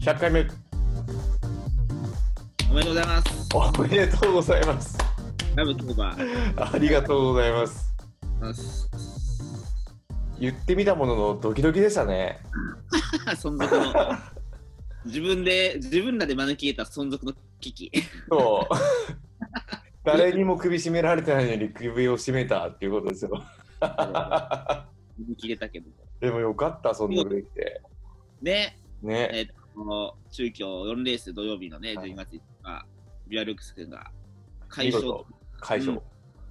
100回目おめでとうございます。おめでとうございます。ラブトーバー。ありがとうございます。言ってみたもののドキドキでしたね。存続の。 自分で、自分らで招き入れた存続の 危機。そう。誰にも首絞められてないのに首を絞めたっていうことですよ。見切れたけど。でもよかった、そんなことできて。ね、ね。この中京4レース土曜日のね、はい12月5日、ビアルックス君が解見消事、解消。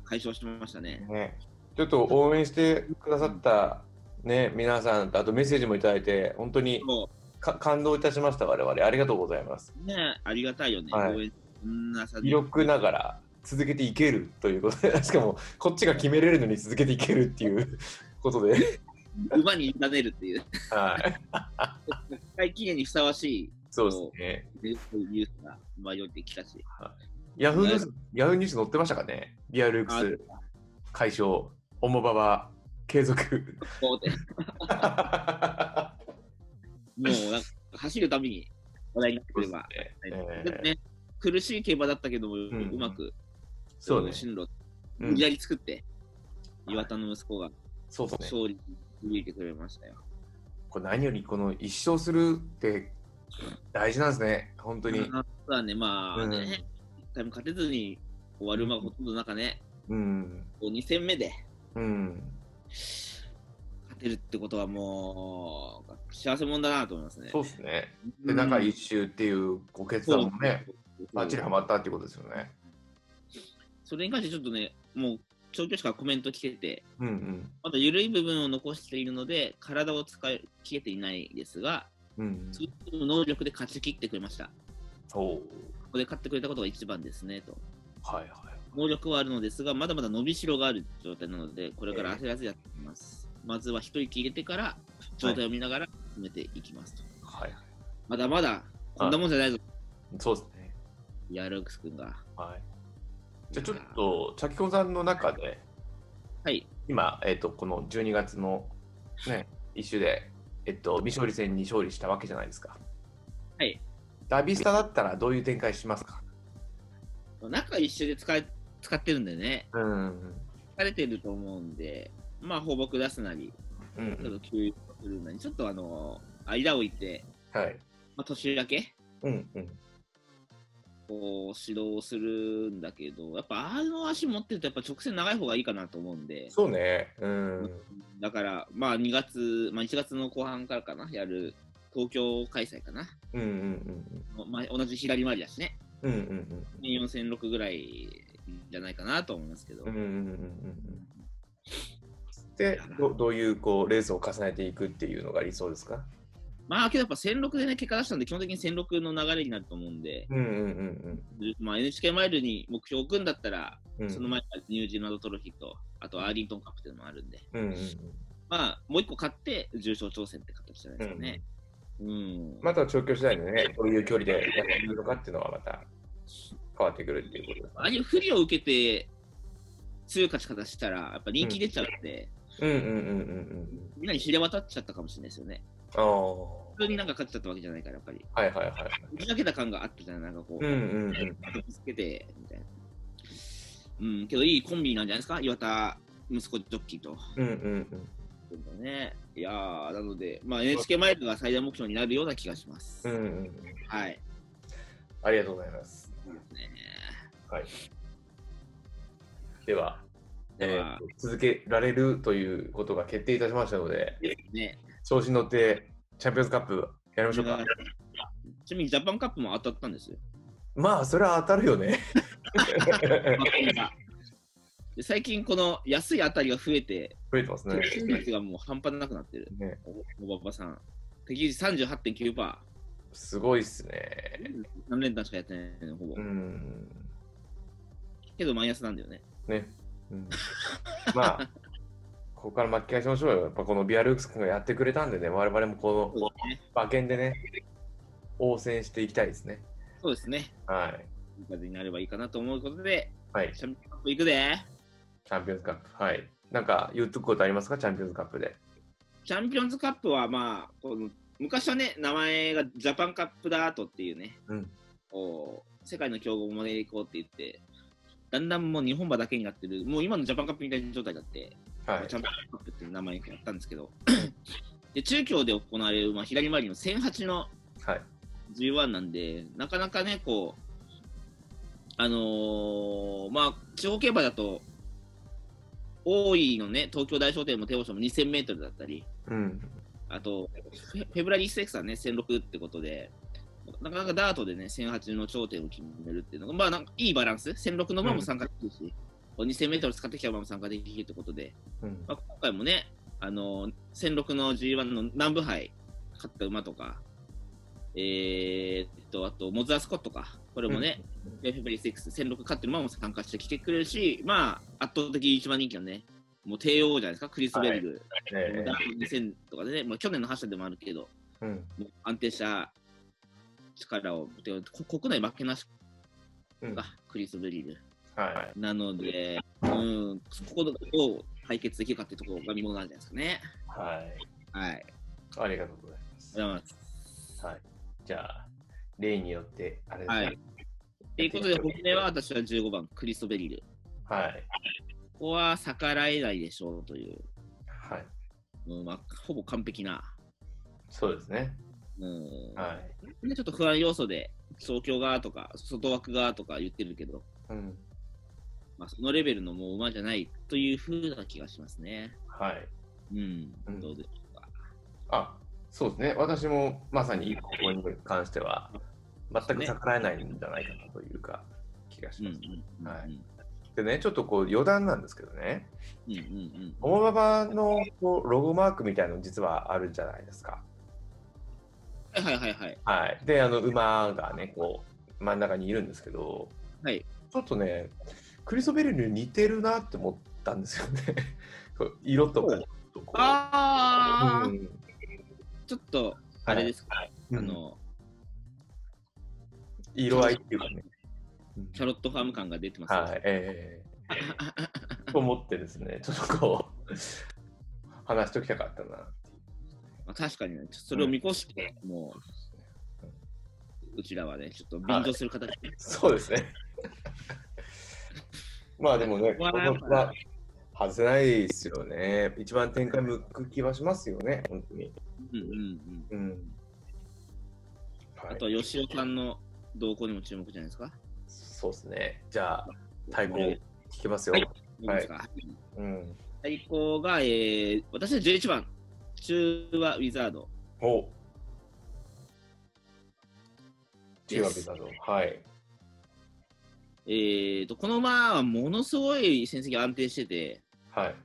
解消してましたね。ね。ちょっと応援してくださった、ね、皆さんと、あとメッセージもいただいて、本当にそか感動いたしました、我々。ありがとうございます。う、ね、ありがたいよね。はい応援こんなさ魅力ながら続けていけるということで、し かもこっちが決めれるのに続けていけるっていう ことで、馬に委ねるっていう、 はい、大期限にふさわしそうですね。い、ね、そういうニュースが、まあ、よってきたし。ヤフーニュース、ヤフーニュース載ってましたかねリアルックス解消、オモババ継続。こうではもうなんか走るたびに話題になってくれ ば。いえでもーね、苦しい競馬だったけども、うんまくそうね。進路、う無ん理やり作って、岩田の息子がそうそうね。勝利に導いてくれましたよ。これ何よりこの一生するって大事なんですね。本当に。実はね、まあね、うん一回も勝てずに終わる馬がほとんどの中ね、うん。こう2戦目でうん。勝てるってことはもう、幸せ者だなと思いますね。そうですね。で、中一周っていうご決断もね、そうバッチリハマったっていうことですよね。それに関してちょっとね、もう調教師からコメント来てて、うんうん。まだ緩い部分を残しているので、体を使い切れていないですが、うんその能力で勝ち切ってくれました。おうここで勝ってくれたことが一番ですねと。はいはい。能力はあるのですが、まだまだ伸びしろがある状態なので、これから焦らずやっていきます。まずは一息入れてから、状態を見ながら進めていきますと。はい。まだまだ、こんなもんじゃないぞ、そうですね。いやルークス君が。はい。じゃあちょっと、チャキコンさんの中で、はい、今、えっ、と、この12月のね、一周で、えっと、未勝利戦に勝利したわけじゃないですか。はい。ダビスタだったらどういう展開しますか中一周で使い使ってるんでね、うん。疲れてると思うんで、まあ、放牧出すなり、うちょっん。と給油するなり、ちょっとあの、間を置いて、はい。まあ、年明け、うんうん。こう、指導するんだけど、やっぱ、あの足持ってると、やっぱ直線長い方がいいかなと思うんで。そうね。うん。だから、まあ2月、まあ1月の後半からかな、やる東京開催かな。うんうんまあ、同じ左回りだしね。うん。うんうん4千6ぐらいじゃないかなと思いますけど。うん。うんうんうんうん。で、どどういうこうレースを重ねていくっていうのが理想ですかまあ、けどやっぱ千6でね、結果出したんで、基本的に千6の流れになると思うんで、うんうんうんまあ NHK マイルに目標を置くんだったら、うん。その前からニュージーランドトロフィーと、あとアーリントンカップっていうのもあるんで、うんうんうんまあ、もう一個勝って、重賞挑戦って形じゃないですかね。うん。また調教次第でね、どういう距離でやっていくのかっていうのはまた変わってくるっていうことですああいう不利を受けて、強い勝ち方したら、やっぱ人気出ちゃうんで、うんうんうんうんみんなに知れ渡っちゃったかもしれないですよね。うん。ああ。普通になんか勝っちゃったわけじゃないから、やっぱり。はいはいはい。打ち明けた感があったじゃない、なんかこう、うんうんうん。つけて、みたいな。うん、けどいいコンビなんじゃないですか、岩田、息子ジョッキーと。うんうんうん。ね、いやー、なので、まあ、NHK マイルが最大目標になるような気がします。うんうんうん。はい。ありがとうございます。そうですね。はい。では、でえはーと続けられるということが決定いたしましたので、ですね。調子に乗ってチャンピオンズカップやりましょうか。ちなみにジャパンカップも当たったんですよ。まあ、それは当たるよね。で最近、この安い当たりが増えて、 増えてますね。手数率がもう半端なくなってる。ねおおばばさん。敵率38.9%。すごいっすね。何連単しかやってないの、ほぼ。うん。けどマイナスなんだよね。ね。うん、まあ、ここから巻き返しましょうよ。やっぱこのビアルークス君がやってくれたんでね、我々もこそうのですね。馬券でね、応戦していきたいですね。そうですね。はい。いい風になればいいかなと思うことで、はい。チチャンピオンカップ行くで。ャンピオンズカップ。はい。なんか言っとくことありますかチャンピオンズカップで。チャンピオンズカップはまあ、この昔はね、名前がジャパンカップダートっていうね、うんこう世界の強豪を招いていこうって言って、だんだんもう日本馬だけになってる、もう今のジャパンカップみたいな状態だって、はいジャパンカップっていう名前になったんですけど、で中京で行われる、まあ、左回りの1008のはい G1 なんで、なかなかね、こう、あのーまあ、地方競馬だと、大井のね、東京大商店も帝王賞も2000メートルだったり、うんあと、フェフェブラリーステークスはね、1006ってことで、なかなかダートでね、1008の頂点を決めるっていうのが、まあ、なんかいいバランス、1006の馬も参加できるし、2000メートル使ってきた馬も参加できるってことで、うんまあ、今回もね、あの1006の G1 の南部杯勝った馬とか、えー、っと、あと、モズアスコットか、これもね、フェブリー6、1006勝ってる馬も参加してきてくれるし、まあ、圧倒的一番人気のね、もう帝王じゃないですか、クリス・ベルグ、えダート2000とかでね、まあ、去年の覇者でもあるけど、えうんもう安定した力を、てかこ国内負けなしうんか、クリス・ベリル。はいなので、うん、ここをどう解決できるかってところが見ものなんじゃないですかね。はいはい。ありがとうございますありがとうございます。はいじゃあ例によってあれですねはい。ということで、本命は私は15番、クリストベリル。はいここは逆らえないでしょうという、はいうんまあ、ほぼ完璧な。そうですねうんはいねちょっと不安要素で、東京側とか、外枠側とか言ってるけど、うんまあ、そのレベルのもう馬じゃないというふうな気がしますね。はいうん、うんどうでしょうか。あそうですね私もまさにここに関しては全く逆らえないんじゃないかなというか気がしうんうまんす、うんはいでねちょっとこう余談なんですけどねうんうんオモババのこうロゴマークみたいなの実はあるじゃないですかうん。はいはいはいはい。はい、であの馬がねこう真ん中にいるんですけど、はいちょっとねクリソベルに似てるなって思ったんですよね こう色とかほうとこうああ、うん、ちょっと、あれですすか、はいあの、うん色合いっていうかね、うんキャロットファーム感が出てますね、はいえ えと思ってですねちょっとこう話しときたかったなっていうまあ、確かにね、ちょっとそれを見越して、もう、うちらはね、ちょっと便乗する形で、そうですね まあでもねここはやっぱここは外せないですよね一番展開向く気はしますよね本当にうんうんうん。うんはあいと、、吉尾さんの動向にも注目じゃないですか。そうですね。じゃあ、対抗はい聞きますよ。はいどうですか。うん。対抗が、えー、私は11番、中和ウィザード。おです中学だぞ。はい。えーと、この馬はものすごい成績安定してて、はい。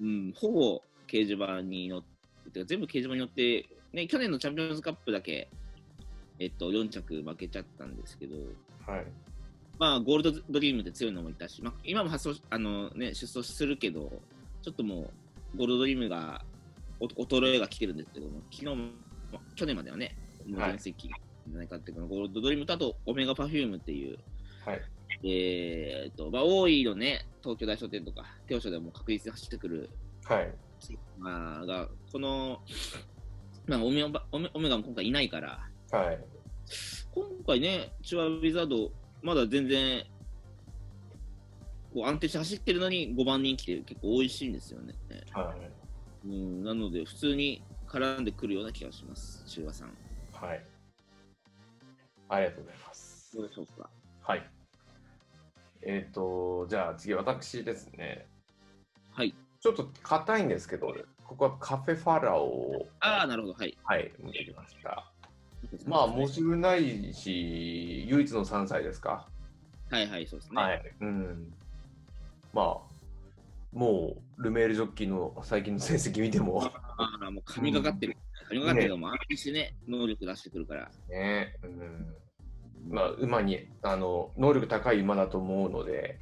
うん、ほぼ掲示板に乗って、てか全部掲示板に乗って、ね、去年のチャンピオンズカップだけ、えっと、4着負けちゃったんですけど、はい。まあ、ゴールドドリームで強いのもいたし、まあ、今も発走あの、ね、出走するけど、ちょっともう、ゴールドドリームが、お衰えが来てるんですけども、昨日も、去年まではね、もうはい全席じゃないかっていうこのゴールドドリームと、あと、オメガパフュームっていう、はい。えーっと、まあ、大井のね、東京大商店とか、帝王賞でも確実に走ってくるはい。まあ、がこの、まあ、オメガオメオメガも今回いないから、はい。今回ね、チュア・ウィザード、まだ全然こう安定して走ってるのに5番人気って結構美味しいんですよね。はい。うん、なので、普通に絡んでくるような気がします、中和さん。はい。ありがとうございますど。うでしょうか。はい。えっ、と、じゃあ次、私ですね。はい。ちょっと硬いんですけど、ここはカフェファラオを、ああ、なるほど、はい。はい、持ってきました。まあ、申し分ないし、唯一の3歳ですか。はいはい、そうですね。はい。うん。まあ、もう、ルメールジョッキーの最近の成績見ても、ああ、もう神がかってる。神がかってるのも安定してね、能力出してくるから。ね、うん。まあ、馬に、あの、能力高い馬だと思うので、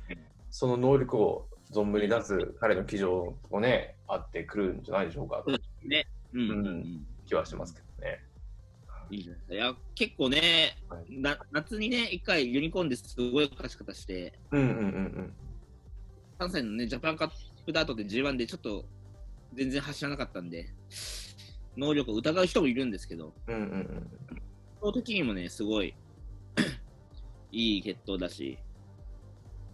その能力を存分に出す彼の騎乗もね、あってくるんじゃないでしょうか、といううん、うん、ううんん。気はしますけどね。いいじゃないですか。いや、結構ね、はいな夏にね、一回ユニコーンですごい勝ち方して、うんうんうん関西のね、ジャパンカップダートで G1 でちょっと全然走らなかったんで、能力を疑う人もいるんですけど、うんうんその時にもね、すごい いい決闘だし、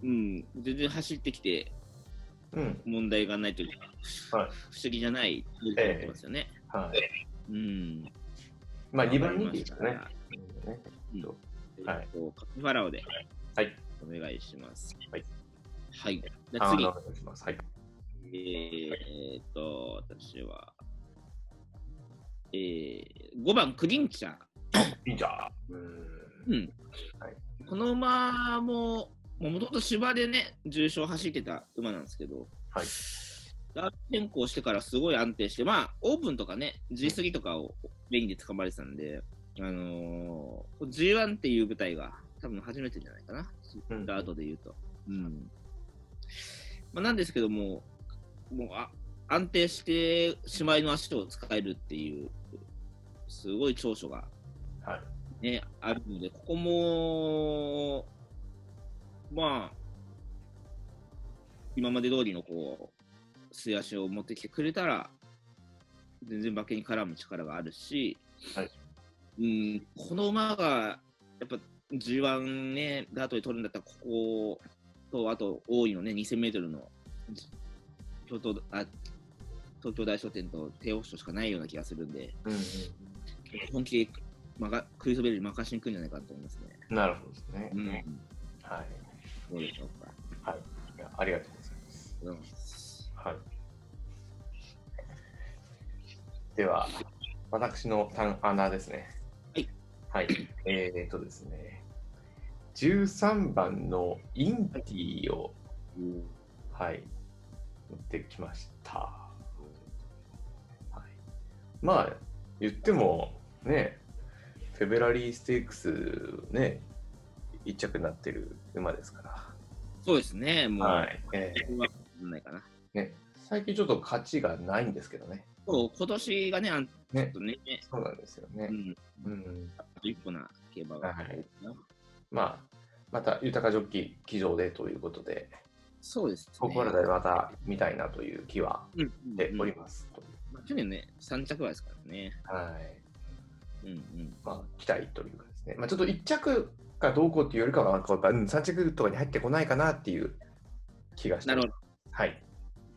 うん、全然走ってきてうん。うん。問題がないというか、はい不思議じゃないと思ってますよね。はい。うん。まあ、2番人気ですわかかりねま。しうんねたはいえっとカピバラオで、はいお願いします。はい。はい。じゃああ次の、お願いします。はい。えーっと、私は、えー、5番、クリンチャー。いいじゃん。うん。うんはいこの馬も、もともと芝でね、重賞走ってた馬なんですけど、はいダート変更してからすごい安定して、まあ、オープンとかね、G3 とかをメインで捕まれてたんで、あのー、G1 っていう舞台が多分初めてじゃないかな、うんダートで言うと。うんまあ、なんですけども、もうあ安定してしまいの足を使えるっていう、すごい長所がはい。ね、あるので、ここも、まあ、今まで通りのこう、素足を持ってきてくれたら、全然馬券に絡む力があるし、はいうん、この馬が、やっぱ G1 ね、ダートで取るんだったら、ここと、あと、大井のね、2000メートルの、じ京都、あ、東京大書店と帝王賞しかないような気がするんで、うん本気でまがクリス・ベルに任しに行くんじゃないかなと思いますね。うん。なるほどですね。うん、はい。どうでしょうか。いやありがとうございます。うんはい。では、私の単穴ですね。はい。はい。えー、っとですね、13番のインティを、はい、持ってきました。はい、まあ、言っても、ね、フェブラリーステークス、ね、一着になってる馬ですかそうですね、もら。う、はい。えここは問題かな。ーね、最近ちょっと勝ちがないんですけどね。そう今年がね、あんちょっとね、そうなんですよねう。ん、うん、あと一歩な競馬が、はいまあ、また豊かジョッキー騎乗でということで、そうですね。ここからでまた見たいなという気はうん、うしんておりうんます。まあ去年ね、3着馬ですからね。はい。うんうん。まあ、期待というかですね。まあ、ちょっと1着がどうこうっていうよりかは、なんかやっぱうん3着とかに入ってこないかなっていう気がしてなるほど。はい。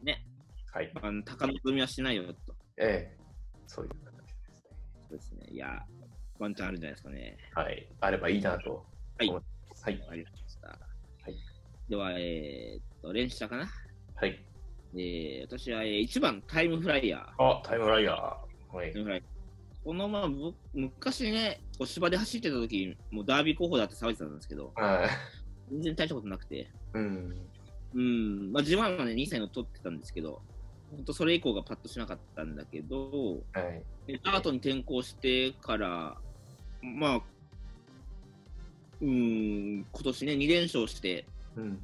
ね。はい。あの高望みはしないよと。ええそういう形ですね。そうですね。いや、ワンチャンあるんじゃないですかね。はい。あればいいなと思います。はい。、ありがとうございました。はいでは、えー、っと、連射かな。はい。えー、私は1番、タイムフライヤー。あ、タイムライヤー。はいタイ。ムフライヤーこのままぶ昔ね、こう芝で走ってた時もうダービー候補だって騒いでたんですけど、はい。全然大したことなくて、うん。うん、まあ、自慢はね、2歳の取ってたんですけど、本当それ以降がパッとしなかったんだけど、はい。でダートに転向してから、まあ、うん、今年ね、2連勝して、うんうん。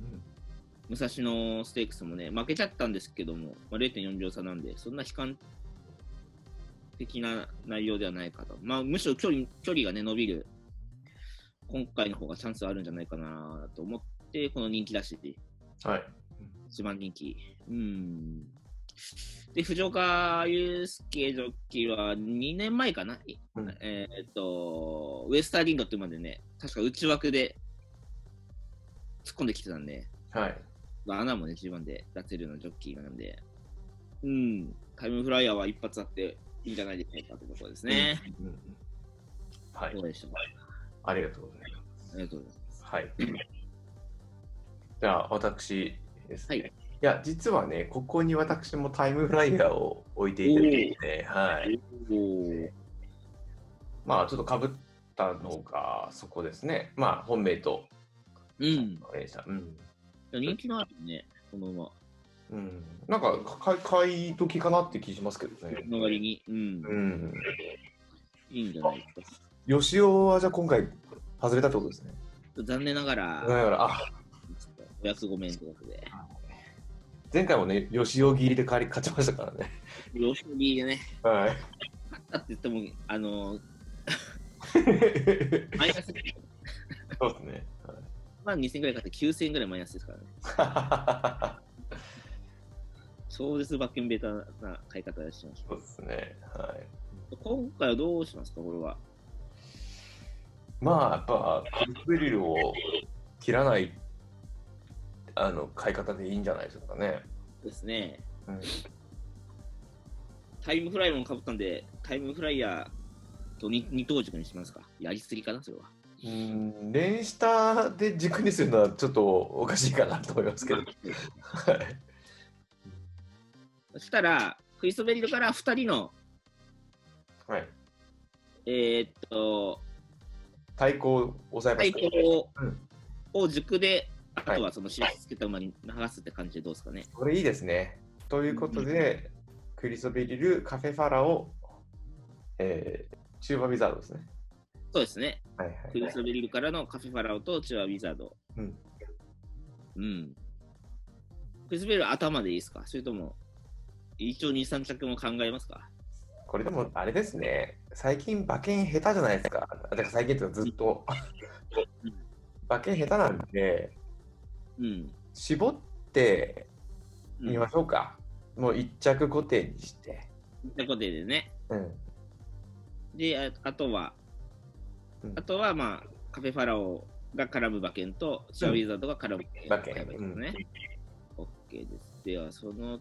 武蔵野ステークスもね、負けちゃったんですけども、まあ、0.4秒差なんで、そんな悲観的な内容ではないかと。まあ、むしろ距離距離がね、伸びる。今回の方がチャンスあるんじゃないかなと思って、この人気だし、はい。一番人気。うん。で、藤岡祐介ジョッキーは2年前かな、いうんえーっと、ウエスターリンドっていうまでね、確か内枠で突っ込んできてたんで、はい。まあ、穴もね、自分で出せるようなジョッキーなんで、うん、タイムフライヤーは一発あっていいんじゃないでしょうかというところですね。うんうん。はいど。うでしょうかありがとうございます。ありがとうございます。はい。じゃあ、私ですね。はいい、や、実はね、ここに私もタイムフライヤーを置いていただいて、はい。おーまあ、ちょっとかぶったのが、そこですね。まあ、本命と、うん。えーさうん。人気のあるね、この馬。うん。なんか、か買い時かなって気しますけどね。の割に、うん、うん。いいんじゃないですか。吉尾は、じゃあ今回、外れたってことですね。残念ながらだ、から、あ、ちょっとお約ごめんということで、前回もね、吉尾切りで帰り勝ちましたからね。様子見でね、はい。 だって言っても、あの、マイナス、そうですね。はいまあ2000円ぐらい買って9000円ぐらいマイナスですからね。超絶バッキンベータな買い方しました。そうですね。はい。今回はどうしますか、これは。まあやっぱクリス・ベリルを切らないあの買い方でいいんじゃないですかね。ですね。うんタイムフライもかぶったんで、タイムフライヤーと二二等軸にしますか。やりすぎかな、それは。うん、連下で軸にするのはちょっとおかしいかなと思いますけど。はいそしたら、クリストベリルから2人の、はい。えーっと、対抗を抑えま対すか抗を,、うんを軸で、あはいとはその印つけた馬に流すって感じでどうですかね。これいいですね。ということで、クリソベリル、カフェファラオ、えー、チューバビザードですね。そうですね。はいはクい、はいリストベリルからのカフェファラオとチュアウィザード。うん。うん。クリストベリル頭でいいですかそれとも、一応2、3着も考えますかこれでもあれですね、最近馬券下手じゃないですか。だから最近っていうかずっとうん。馬券下手なんで、うん。絞ってうんみましょうか。もう一着固定にして。ということでね。うん。で、ああとは、うんあとは、まあ、カフェファラオが絡む馬券と、シャウィザードが絡む馬馬券券を買えばいいですね。OK です。では、その、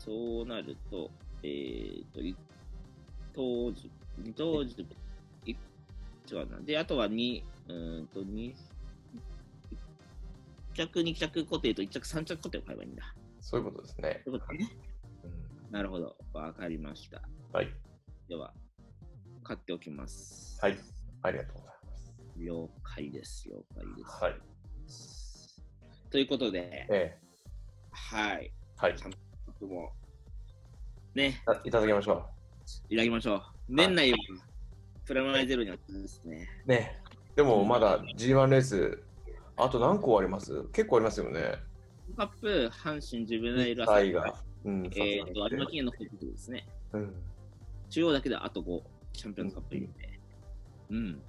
そうなると、えーと、一等軸、二等軸、い違うな。で、あとは2、うーんと、二一着、二着固定と一着、三着固定を買えばいいんだ。そういうことですねと。いうことね。うんなるほど。わかりました。はい。では、買っておきます。はい。ありがとうございます。了解です。了解です。はい。ということで、えはい。ー、はい。僕も、ね、あいただきましょいただきましょう。年内は、プラマイゼロにはですね。う。ね。でもまだ G1 レース、あと何個あります結構ありますよね。カップ、阪神ジュベナイルタイが。うん、えーっと、有馬記念の報告ですね。うん。中央だけであと5、チャンピオンズカップ入れて。うん。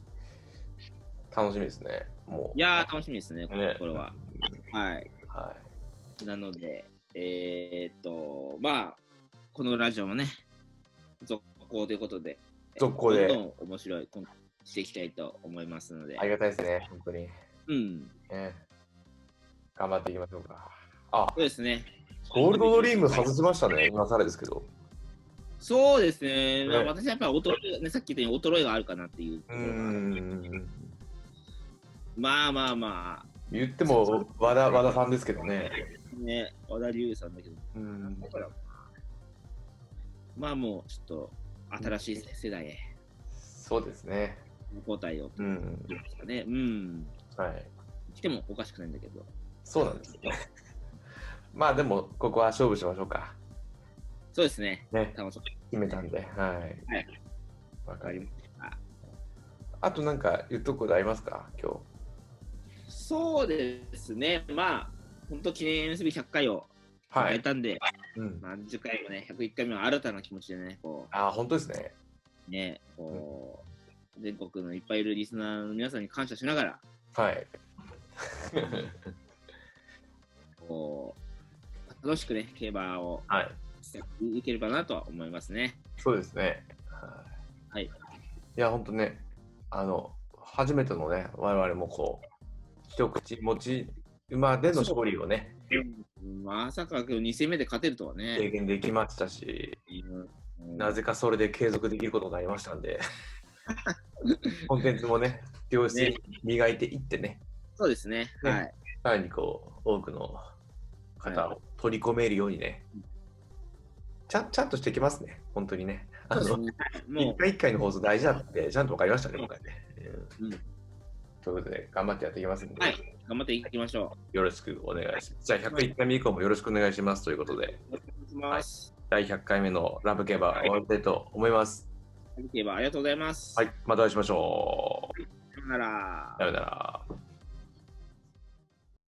楽しみですね。もう。いやー、楽しみですね、こねこれは。はい。はなので、えーっと、まあ、このラジオもね、続行ということで、続行でどんどん面白いコンテンツしていきたいと思いますのでい。あ、りがたいですね、本当に。うん、ね、頑張っていきましょうか。あ、そうですね。ゴールドドリーム外しましたね、今更ですけど。そうですね、まあね私はやっぱり衰え、ね、さっき言ったように衰えがあるかなっていうとうころが。ん。まあまあま言っても和田和田さんですけどね。あ、ね、和田龍さんだけど、うん。まあもうちょっと新しい世代へそうですね。交代をっうていん。うんですかね、うん、はい。来てもおかしくないんだけど、そうなんですね。 まあでも、ここは勝負しましょうか。そうですね、ね、楽しみ決めたんで。はい。はいわがかありりまます。した。あとなんか言っとくことありますか、今日。そうですね、まあ、本当記念すべき100回をは迎えい。たんで、うん、何十回もね、101回目は新たな気持ちでね、こあ、本当ですね。う、ね、こう、全国のいっぱいいるリスナーの皆さんに感謝しながら、はい。こう、楽しくね、競馬をはい。していければなとは思いますね。そうですね。ははいいや、本当ね、あの、初めてのね、我々もこう、一口持ち馬での勝利をね、まさか今日2戦目で勝てるとは経ね、験できましたし、うんなぜかそれで継続できることになりましたん で、コンテンツもね、良質に磨いていってね、そうですね、ねはい。さらにこう、多くの方を取り込めるようにね、ちゃんちゃんとしてきますね、本当にね。あそうのですね一も回一回の放送大事だって、ちゃんと分かりましたね、今回ね。うんうんということで、頑張ってやっていきますんで、はいいう、頑張っていきましょよろしくお願いします。じゃあ、101回目以降もよろしくお願いしますということで、う。お願いします。第100回目のラブケバー終わりたいと思います。競馬ありがとうございます。はい、またお会いしましょさよならう。さ。ようなら。